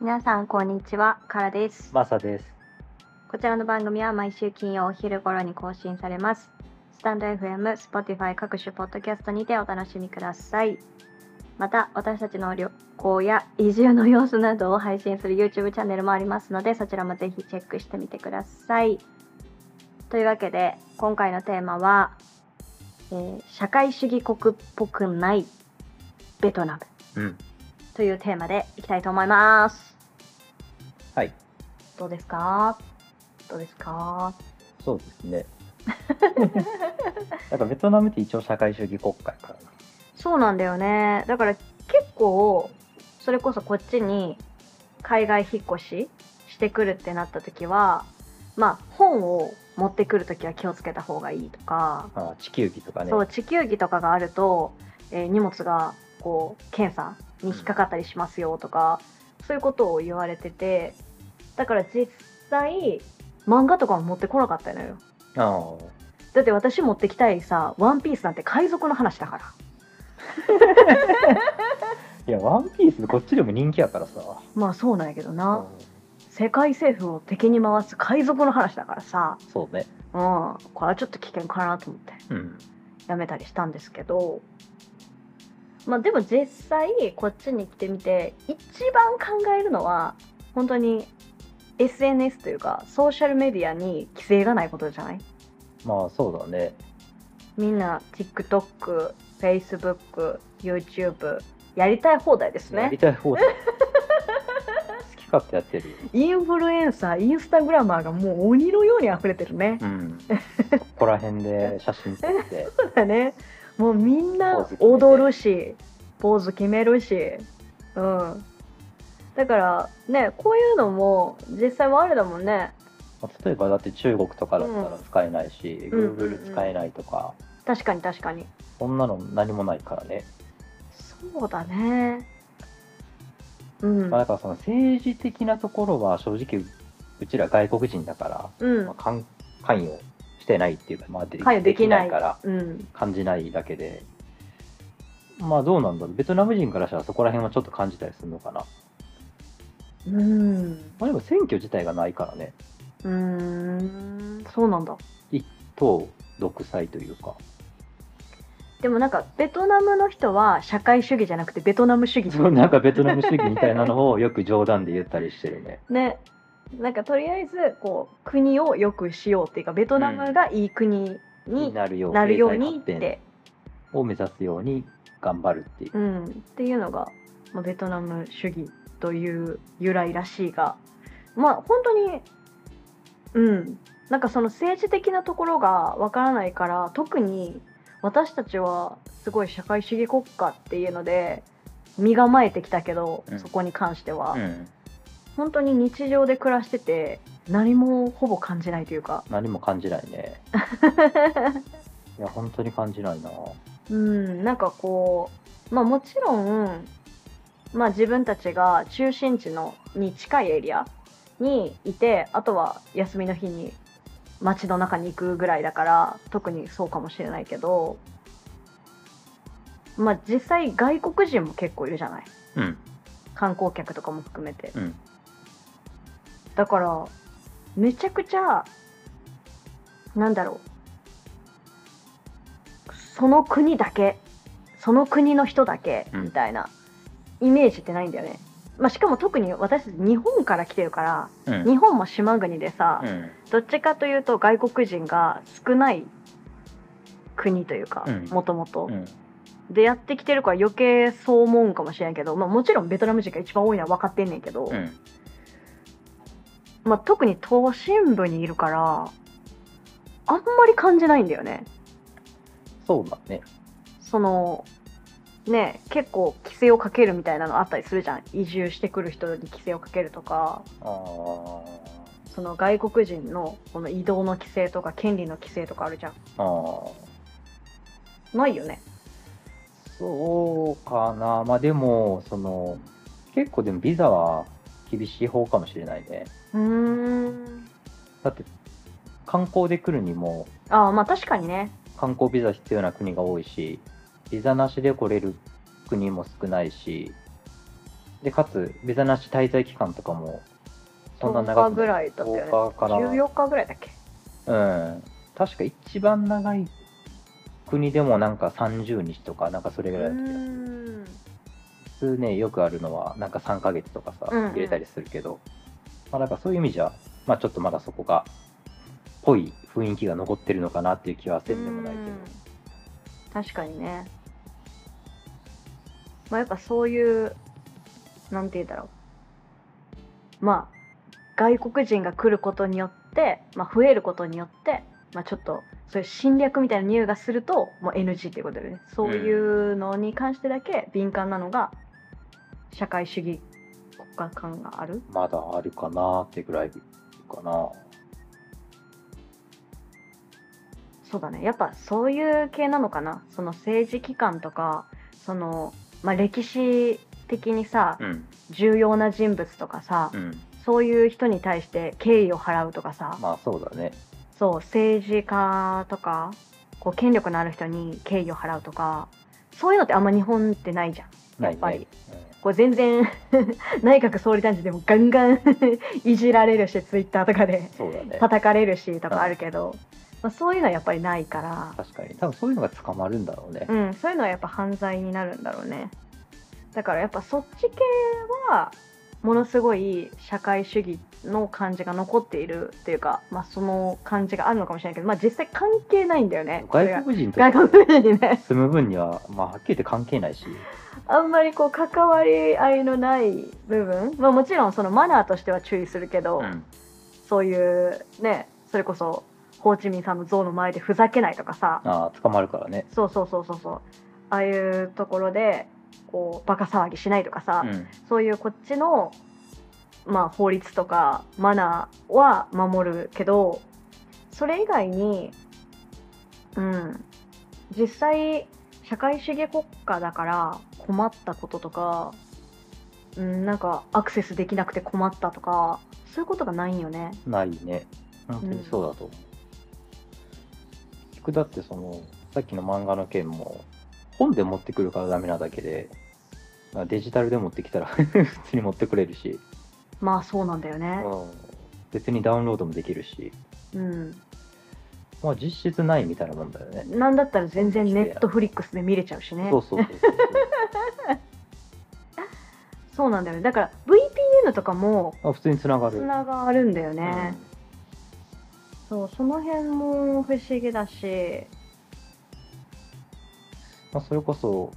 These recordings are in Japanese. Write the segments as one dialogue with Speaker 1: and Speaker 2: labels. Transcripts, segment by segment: Speaker 1: 皆さんこんにちは、からです。
Speaker 2: マサです。
Speaker 1: こちらの番組は毎週金曜お昼頃に更新されます。スタンド FM、Spotify 各種ポッドキャストにてお楽しみください。また、私たちの旅行や移住の様子などを配信する YouTube チャンネルもありますので、そちらもぜひチェックしてみてください。というわけで、今回のテーマは、えー社会主義国っぽくないベトナム
Speaker 2: うん。
Speaker 1: というテーマでいきたいと思います。
Speaker 2: はい。
Speaker 1: どうですかどうですか
Speaker 2: そうです ね。なんかベトナムって一応社会主義国家やからな。
Speaker 1: そうなんだよねだから結構それこそこっちに海外引っ越ししてくるってなった時はまあ本を持ってくる時は気をつけた方がいいとか、
Speaker 2: ああ地球儀とかね。
Speaker 1: そう地球儀とかがあると、えー荷物がこう検査に引っかかったりしますよとか、そういうことを言われててだから実際漫画とかも持ってこなかったのよ。
Speaker 2: ああ。
Speaker 1: だって私持ってきたいさ「ワンピースなんて海賊の話だから
Speaker 2: いや、ワンピースこっちでも人気やからさ。
Speaker 1: まあそうなんやけどな、
Speaker 2: う
Speaker 1: 世界政府を敵に回す海賊の話だからさ、
Speaker 2: んそうね。
Speaker 1: うん、これはちょっと危険かなと思って
Speaker 2: うん。
Speaker 1: やめたりしたんですけどまあでも実際こっちに来てみて一番考えるのは本当に SNS というかソーシャルメディアに規制がないことじゃない
Speaker 2: まあそうだね。
Speaker 1: みんな TikTok、Facebook、YouTube やりたい放題です
Speaker 2: やり
Speaker 1: ね
Speaker 2: たい方だ。 好き勝手やってるよ。
Speaker 1: インフルエンサーインスタグラマーがもう鬼のように溢れてるね
Speaker 2: うん。ここら 辺で写真撮って。
Speaker 1: そうだねもうみん
Speaker 2: ポ
Speaker 1: な
Speaker 2: ーズ決めて
Speaker 1: 踊るしポーズ決めるしうんだからねこういうのも実際はあれだもんね
Speaker 2: まあ例えばだって中国とかだったら使えないし、
Speaker 1: うんうんうん
Speaker 2: Google 使えないとか、
Speaker 1: 確かに確かに
Speaker 2: そんなの何もないからね。
Speaker 1: そうだねうん、
Speaker 2: まあ、だからその政治的なところは正直うちら外国人だから、
Speaker 1: うん
Speaker 2: まあ、関関与してないっていうか、まあ、で
Speaker 1: 関与できない
Speaker 2: でから
Speaker 1: うん
Speaker 2: 感じないだけでまあどうなんだろうベトナム人からしたらそこら辺はちょっと感じたりするのかな、
Speaker 1: うん
Speaker 2: まあ、でも選挙自体がないからね
Speaker 1: うーんそうなんだ
Speaker 2: 一党独裁というか
Speaker 1: でもなんかベトナムの人は社会主義じゃなくてベトナム主義
Speaker 2: そうなんかベトナム主義みたいなのをよく冗談で言ったりしてるね
Speaker 1: ねなんかとりあえずこう国を良くしようっていうかベトナムがいい国
Speaker 2: に
Speaker 1: に
Speaker 2: なるよう
Speaker 1: なるよう
Speaker 2: 経済
Speaker 1: にっ
Speaker 2: 発展
Speaker 1: て、
Speaker 2: を目指すように頑張るっていう
Speaker 1: うん、っていうのが、まあ、ベトナム主義という由来らしいがまあ本当にうんなんかその政治的なところがわからないから特に私たちはすごい社会主義国家っていうので身構えてきたけど、
Speaker 2: うん
Speaker 1: そこに関しては、
Speaker 2: うん、
Speaker 1: 本当に日常で暮らしてて何もほぼ感じないというか
Speaker 2: 何も感じないねいや本当に感じないな
Speaker 1: うん、なんかこう、まあ、もちろん、まあ、自分たちが中心地のに近いエリアにいてあとは休みの日に街の中に行くぐらいだから特にそうかもしれないけど、まあ、実際外国人も結構いるじゃない
Speaker 2: うん
Speaker 1: 観光客とかも含めて
Speaker 2: うん
Speaker 1: だからめちゃくちゃなんだろうその国だけその国の人だけ
Speaker 2: うん
Speaker 1: みたいなイメージってないんだよね、まあ、しかも特に私たち日本から来てるから
Speaker 2: うん
Speaker 1: 日本も島国でさ、
Speaker 2: うん
Speaker 1: どっちかというと外国人が少ない国というか
Speaker 2: うん
Speaker 1: もともと
Speaker 2: うん
Speaker 1: でやってきてるから余計そう思うんかもしれんけど、まあ、もちろんベトナム人が一番多いのは分かってんねんけど、
Speaker 2: うん
Speaker 1: まあ、特に都心部にいるからあんまり感じないんだよね
Speaker 2: そうだね
Speaker 1: そのね結構規制をかけるみたいなのあったりするじゃん移住してくる人に規制をかけるとか
Speaker 2: あー
Speaker 1: その外国人のこの移動の規制とか権利の規制とかあるじゃん
Speaker 2: あー
Speaker 1: ないよね
Speaker 2: そうかなまあでもその結構でもビザは厳しい方かもしれないね
Speaker 1: うーん
Speaker 2: だって観光で来るにも
Speaker 1: ああまあ確かにね
Speaker 2: 観光ビザ必要な国が多いしビザなしで来れる国も少ないしで、かつ、ビザなし滞在期間とかも、そんな
Speaker 1: 10
Speaker 2: 長
Speaker 1: 日
Speaker 2: く
Speaker 1: ぐ
Speaker 2: ない。
Speaker 1: らいだったよね
Speaker 2: 10日から
Speaker 1: 14日ぐらいだっけ
Speaker 2: うん。確か一番長い国でもなんか30日とか、なんかそれぐらいだった気がす
Speaker 1: ん
Speaker 2: る普通ねよくあるのはなんか3ヶ月とかさ
Speaker 1: うんうん
Speaker 2: 入れたりするけど、まあ、なんかそういう意味じゃ、まあ、ちょっとまだそこがぽい雰囲気が残ってるのかなっていう気はせんでもないけど
Speaker 1: うん確かにねまあやっぱそういうなんて言うんだろうまあ外国人が来ることによって、まあ、増えることによって、まあ、ちょっとそういう侵略みたいな匂いがするともう NG っていうことでねそういうのに関してだけ敏感なのが社会主義国家感がある
Speaker 2: まだあるかなってぐらいかな
Speaker 1: そうだねやっぱそういう系なのかなその政治機関とかその、まあ、歴史的にさ
Speaker 2: うん
Speaker 1: 重要な人物とかさ、
Speaker 2: うん
Speaker 1: そういう人に対して敬意を払うとかさ、
Speaker 2: まあそうだね
Speaker 1: そう政治家とかこう権力のある人に敬意を払うとかそういうのってあんま日本ってないじゃん。
Speaker 2: ない
Speaker 1: やっぱり
Speaker 2: ね、
Speaker 1: こう全然 内閣総理大臣でもガンガン いじられるしツイッターとかで
Speaker 2: うんそうだね
Speaker 1: 叩かれるしとかあるけど、まあ、そういうのはやっぱりないから。
Speaker 2: 確かに多分そういうのが捕まるんだろうね、
Speaker 1: うん、そういうのはやっぱ犯罪になるんだろうねだからやっぱそっち系はものすごい社会主義の感じが残っているっていうか、まあ、その感じがあるのかもしれないけど、まあ、実際関係ないんだよねそれが
Speaker 2: 外国人と
Speaker 1: 外国人にね
Speaker 2: 住む分には、まあ、はっきり言って関係ないし、
Speaker 1: あんまりこう関わり合いのない部分、まあ、もちろんそのマナーとしては注意するけど、
Speaker 2: うん
Speaker 1: そういうねそれこそホーチミンさんの像の前でふざけないとかさ、
Speaker 2: ああ捕まるからね、
Speaker 1: そうそうそうそうそうああいうところでこうバカ騒ぎしないとかさ、
Speaker 2: うん、
Speaker 1: そういうこっちの、まあ、法律とかマナーは守るけどそれ以外に、うん、実際社会主義国家だから困ったこととか、うん、なんかアクセスできなくて困ったとかそういうことがないんよね。
Speaker 2: ないね本当にそうだと思う、聞くだってそのさっきの漫画の件も本で持ってくるからダメなだけでまあデジタルで持ってきたら 普通に持ってくれるし、
Speaker 1: まあそうなんだよね。
Speaker 2: 別にダウンロードもできるし
Speaker 1: うん、
Speaker 2: まあ実質ないみたいなもんだよね
Speaker 1: なんだったら全然ネットフリックスで見れちゃうしね。
Speaker 2: そうそうそうそう
Speaker 1: そうなんだよね。だから VPN とかも
Speaker 2: あ普通につなが
Speaker 1: つ
Speaker 2: る
Speaker 1: ながるんだよね。
Speaker 2: うん
Speaker 1: そうその辺も不思議だし
Speaker 2: まあ、それこそ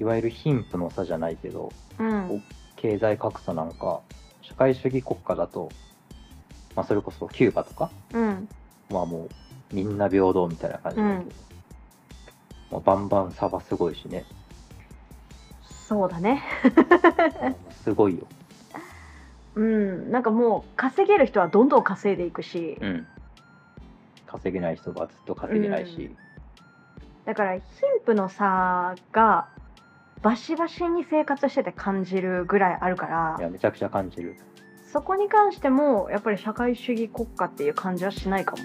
Speaker 2: いわゆる貧富の差じゃないけど
Speaker 1: うん
Speaker 2: 経済格差なんか社会主義国家だと、まあ、それこそキューバとか
Speaker 1: うん
Speaker 2: まあもうみんな平等みたいな感じだけど、
Speaker 1: うん
Speaker 2: まあ、バンバン差はすごいしね
Speaker 1: そうだね
Speaker 2: すごいよ、
Speaker 1: うんなんかもう稼げる人はどんどん稼いでいくし、
Speaker 2: 稼げない人がずっと稼げないし、
Speaker 1: だから貧富の差がバシバシに生活してて感じるぐらいあるか
Speaker 2: い
Speaker 1: ら
Speaker 2: やめちゃくちゃ感じる、
Speaker 1: そこに関してもやっぱり社会主義国家っていう感じはしないかも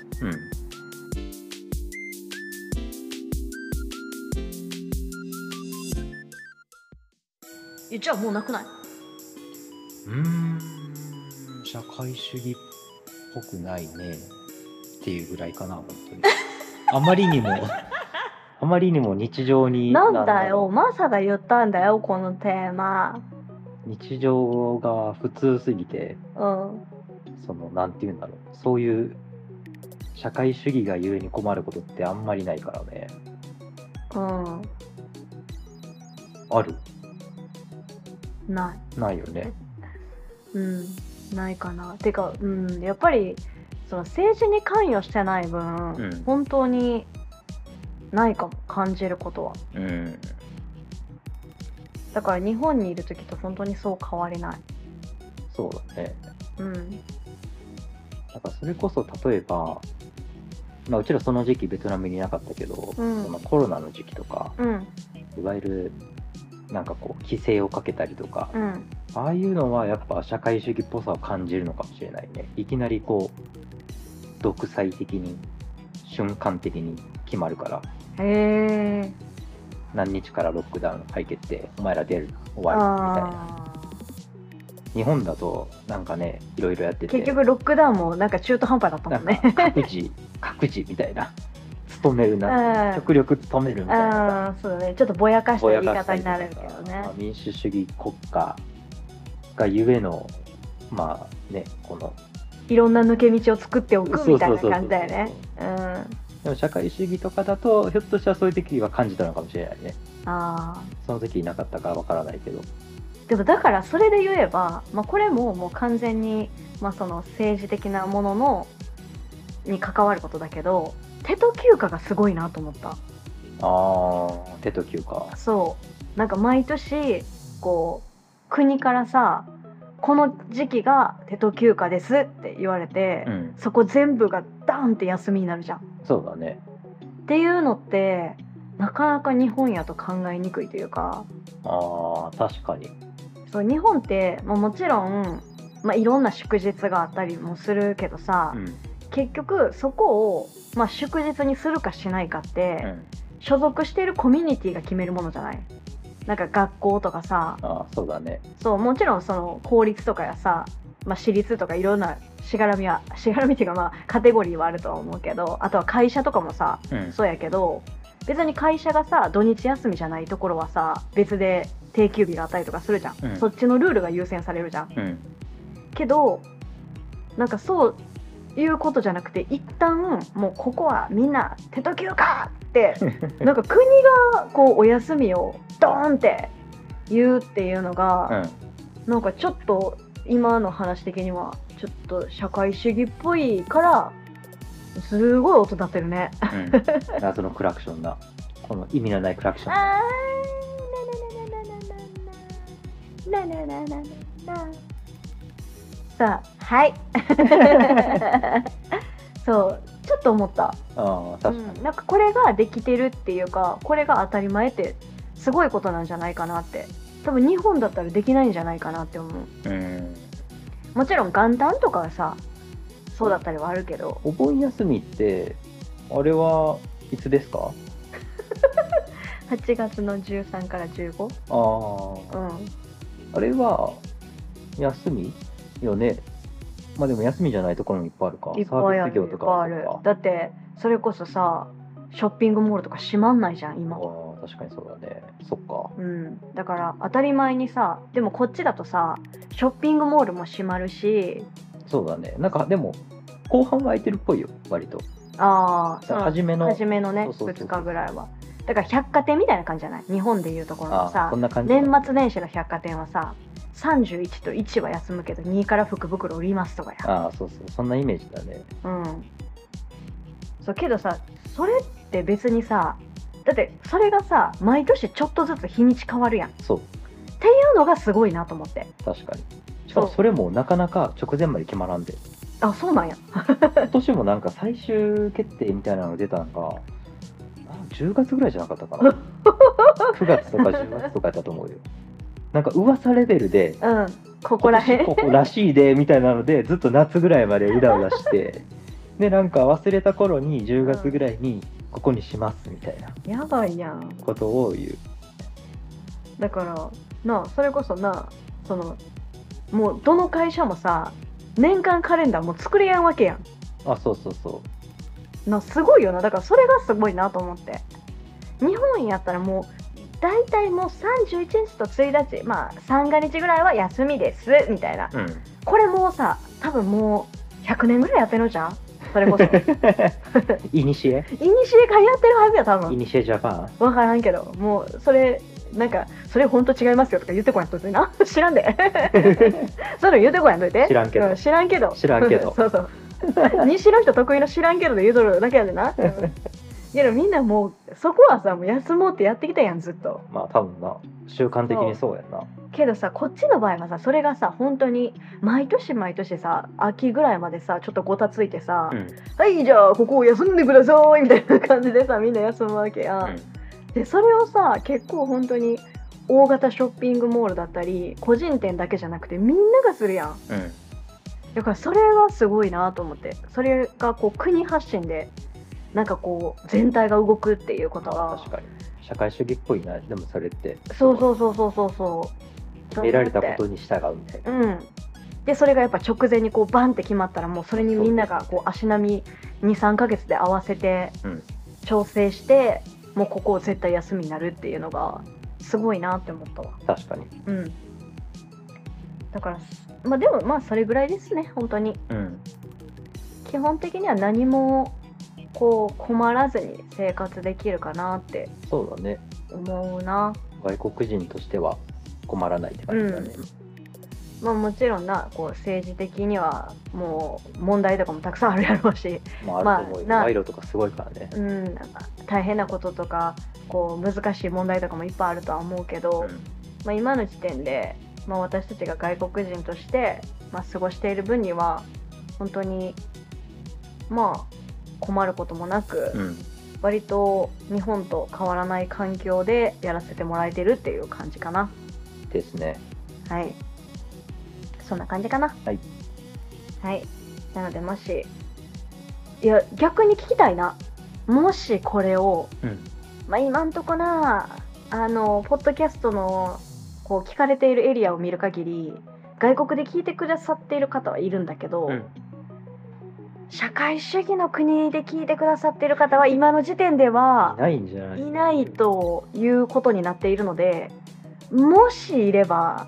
Speaker 1: えじゃあもうなくない
Speaker 2: うん社会主義っぽくないねっていうぐらいかな本 当にあまりにもあまりにも日常に
Speaker 1: なんだ
Speaker 2: ろ
Speaker 1: よ
Speaker 2: う
Speaker 1: マサが言ったんだよこのテーマ
Speaker 2: 日常が普通すぎて
Speaker 1: うん
Speaker 2: そのなんていうんだろうそういう社会主義がゆえに困ることってあんまりないからね
Speaker 1: うん
Speaker 2: ある
Speaker 1: ない
Speaker 2: ないよね
Speaker 1: うん、ないかな。てか、うん、やっぱりその政治に関与してない分、
Speaker 2: うん
Speaker 1: 本当にないかも感じることは。
Speaker 2: うん
Speaker 1: だから日本にいる時と本当にそう変わりない。
Speaker 2: そうだね
Speaker 1: うん、
Speaker 2: なんかそれこそ例えば、まあ、うちらその時期ベトナムにいなかったけど、
Speaker 1: うん
Speaker 2: そのコロナの時期とか
Speaker 1: うん、
Speaker 2: いわゆるなんかこう規制をかけたりとか、
Speaker 1: うん、
Speaker 2: ああいうのはやっぱ社会主義っぽさを感じるのかもしれないねいきなりこう独裁的に瞬間的に決まるから
Speaker 1: へえ。
Speaker 2: 何日からロックダウン入ってってお前ら出る終わりみたいな
Speaker 1: あ
Speaker 2: 日本だとなんかねいろいろやってて
Speaker 1: 結局ロックダウンもなんか中途半端だった
Speaker 2: な
Speaker 1: もん
Speaker 2: ん
Speaker 1: ね
Speaker 2: か。各自各自みたいな 勤める
Speaker 1: うん
Speaker 2: な極力勤めるみたいなさ
Speaker 1: ああそうだねちょっとぼやかした
Speaker 2: ぼ
Speaker 1: 言
Speaker 2: や
Speaker 1: い
Speaker 2: か
Speaker 1: 方
Speaker 2: した
Speaker 1: に
Speaker 2: り
Speaker 1: なる
Speaker 2: と
Speaker 1: け
Speaker 2: か
Speaker 1: ど
Speaker 2: ま
Speaker 1: ね
Speaker 2: あ、。民主主義国家がゆえのまあねこの
Speaker 1: いろんな抜け道を作っておくみたいな感じだよね
Speaker 2: そうそうそ
Speaker 1: う
Speaker 2: う。
Speaker 1: ん。あ
Speaker 2: でも社会主義とかだとひょっとしたらそういう時は感じたのかもしれないね
Speaker 1: あ
Speaker 2: その時いなかったからわからないけど
Speaker 1: でもだからそれで言えば、まあ、これももう完全に、まあ、その政治的なもののに関わることだけど手と休暇がすごいなと思った。
Speaker 2: ああ手と休か
Speaker 1: そうなんか毎年こう国からさこの時期が手と休暇ですって言われて、
Speaker 2: うん
Speaker 1: そこ全部がダーンって休みになるじゃん。
Speaker 2: そうだね
Speaker 1: っていうのってなかなか日本やと考えにくいというか
Speaker 2: ああ確かに
Speaker 1: そう日本って、まあ、もちろん、まあ、いろんな祝日があったりもするけどさ、
Speaker 2: うん
Speaker 1: 結局そこを、まあ、祝日にするかしないかって、
Speaker 2: うん
Speaker 1: 所属しているコミュニティが決めるものじゃないなんか学校とかさ
Speaker 2: ああそうだね
Speaker 1: そうもちろんその公立とかやさ、まあ、私立とかいろんなしがらみはしがらみっていうかまあカテゴリーはあるとは思うけどあとは会社とかもさ
Speaker 2: うん
Speaker 1: そうやけど別に会社がさ土日休みじゃないところはさ別で定休日があったりとかするじゃん、
Speaker 2: うん
Speaker 1: そっちのルールが優先されるじゃん
Speaker 2: うん
Speaker 1: けどなんかそういうことじゃなくて一旦もうここはみんな手と休暇って なんか国がこうお休みをドーンって言うっていうの
Speaker 2: う
Speaker 1: が、
Speaker 2: ん
Speaker 1: なんかちょっと今の話的にはちょっと社会主義っぽいからすごい音立ってるね。
Speaker 2: うん 謎のクラクションなこの意味のないクラクションな
Speaker 1: あーななななななななななななさあはいそうちょっと思った、
Speaker 2: ああ
Speaker 1: う
Speaker 2: 確かに、
Speaker 1: ん、なんかこれができてるっていうかこれが当たり前ってすごいことなんじゃないかなって多分日本だったらできないんじゃないかなって思う
Speaker 2: うん
Speaker 1: もちろん元旦とかはさそうだったりはあるけど
Speaker 2: お盆休みってあれはいつですか
Speaker 1: 8月の13から15う
Speaker 2: ああ
Speaker 1: ん
Speaker 2: あれは休みよねまあでも休みじゃないところもいっぱいあるか
Speaker 1: いっぱいあ
Speaker 2: サービス業
Speaker 1: るい
Speaker 2: と
Speaker 1: っ
Speaker 2: か
Speaker 1: ぱいある
Speaker 2: とか
Speaker 1: だってそれこそさショッピングモールとか閉まんないじゃん今
Speaker 2: ああ確かにそうだねそっか
Speaker 1: うんだから当たり前にさでもこっちだとさショッピングモールも閉まるし
Speaker 2: そうだねなんかでも後半は空いてるっぽいよ割と
Speaker 1: ああ
Speaker 2: さ初めの
Speaker 1: 初めのね
Speaker 2: そうそうそうそう
Speaker 1: 2日ぐらいはだから百貨店みたいな感じじゃない日本でいうところ
Speaker 2: あ
Speaker 1: の
Speaker 2: あ
Speaker 1: さ
Speaker 2: こんな感じだ
Speaker 1: 年末年始の百貨店はさ31と1は休むけど2から福袋売りますとかや
Speaker 2: ああそうそうそんなイメージだね
Speaker 1: うんそうけどさそれって別にさだってそれがさ毎年ちょっとずつ日にち変わるやんっ
Speaker 2: そう
Speaker 1: ていうのがすごいなと思って
Speaker 2: 確かにしかも
Speaker 1: そう
Speaker 2: それもなかなか直前まで決まらんで
Speaker 1: あそうなんや
Speaker 2: 今年もなんか最終決定みたいなの出たのがあ10月ぐらいじゃなかったかな9月とか10月とかやったと思うよなんか噂レベルで
Speaker 1: うんここら辺
Speaker 2: 今年ここらしいでみたいなのでずっと夏ぐらいまでうだうだしてでなんか忘れた頃に10月ぐらいにここにしますみたいな
Speaker 1: やばいやん
Speaker 2: ことを言う
Speaker 1: だからなあそれこそなそのもうどの会社もさ年間カレンダーもう作れやんわけやん
Speaker 2: あそうそうそ
Speaker 1: なすごいよなだからそれがすごいなと思って日本やったらもう大体もう31日と1日まあ三が日ぐらいは休みですみたいな
Speaker 2: ううん
Speaker 1: これもうさ多分もう100年ぐらいやってるじゃんそれこ そいにし
Speaker 2: いにしえ
Speaker 1: えからやってるはずや多
Speaker 2: い
Speaker 1: 分
Speaker 2: にしえジャパ
Speaker 1: 分からんけどもうそれなんかそれ本当違いますよとか言ってこやんといてな知らんでそういうの言ってこやんといて
Speaker 2: 知らんけど
Speaker 1: う知らんけど
Speaker 2: 知らんけ ど
Speaker 1: そうそう西の人得意の知らんけどで言うとるだけやで なうんけどみんなもうそこはさもう休もうってやってきたやんずっと
Speaker 2: ンまあ多分な習慣的にそうやんな
Speaker 1: けどさこっちの場合はさそれがさ本当に毎年毎年さ秋ぐらいまでさちょっとごたついてさ「
Speaker 2: うん
Speaker 1: はいじゃあここを休んでください」みたいな感じでさみんな休むわけやん
Speaker 2: うん
Speaker 1: でそれをさ結構本当に大型ショッピングモールだったり個人店だけじゃなくてみんながするやん
Speaker 2: うん
Speaker 1: だからそれはすごいなと思ってそれがこう国発信でなんかこう全体が動くっていうこと
Speaker 2: まあ
Speaker 1: が
Speaker 2: 確かに社会主義っぽいなでもそれって
Speaker 1: そうそうそうそうそうそうどん
Speaker 2: 得
Speaker 1: なっ
Speaker 2: ら
Speaker 1: て
Speaker 2: れたことに従うみたいな、
Speaker 1: うん、でそれがやっぱ直前にこうバンって決まったらもうそれにみんながこう足並み23ヶ月で合わせて
Speaker 2: うん
Speaker 1: 調整して、もうここを絶対休みになるっていうのがすごいなって思ったわ、
Speaker 2: 確かに、
Speaker 1: うん、だからまあでもまあそれぐらいですね本当に
Speaker 2: うん、
Speaker 1: 基本的には何もこう困らずに生活できるかなって
Speaker 2: そうだね
Speaker 1: 思うな
Speaker 2: 外国人としては困らないって感じだね、
Speaker 1: まあもちろんなこう政治的にはもう問題とかもたくさんあるやろうし
Speaker 2: まああると思うよ、
Speaker 1: まあな
Speaker 2: 賄賂とかすごいからね、
Speaker 1: うん、なんか大変なこととかこう難しい問題とかもいっぱいあるとは思うけど、
Speaker 2: うん
Speaker 1: まあ、今の時点で、まあ、私たちが外国人として、まあ、過ごしている分には本当にまあ困ることもなく、
Speaker 2: うん
Speaker 1: 割と日本と変わらない環境でやらせてもらえてるっていう感じかな
Speaker 2: ですね
Speaker 1: はいそんな感じかな
Speaker 2: はい、
Speaker 1: はい、なのでもしいや逆に聞きたいなもしこれを
Speaker 2: うん
Speaker 1: まあ、今んとこなあのポッドキャストのこう聞かれているエリアを見る限り外国で聞いてくださっている方はいるんだけど、
Speaker 2: うん
Speaker 1: 社会主義の国で聞いてくださっている方は今の時点ではい
Speaker 2: ないんじゃない
Speaker 1: いないということになっているのでもしいれば、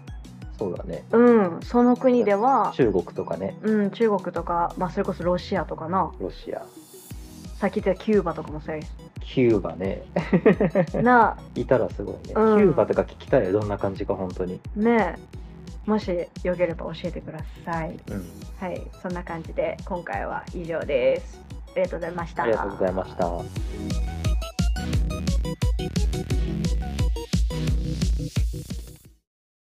Speaker 2: そうだね
Speaker 1: うん、その国では、
Speaker 2: 中国とかね
Speaker 1: うん、中国とか、まあ、それこそロシアとかな
Speaker 2: ロシア
Speaker 1: さっき言ってたキューバとかもそうやし
Speaker 2: キューバね
Speaker 1: ない
Speaker 2: たらすごいね、キ
Speaker 1: うん
Speaker 2: ューバとか聞きたいよどんな感じか本当に、
Speaker 1: ねえもしよければ教えてください。
Speaker 2: うん、
Speaker 1: はい、そんな感じで今回は以上です。ありがとうございました。
Speaker 2: ありがとうございました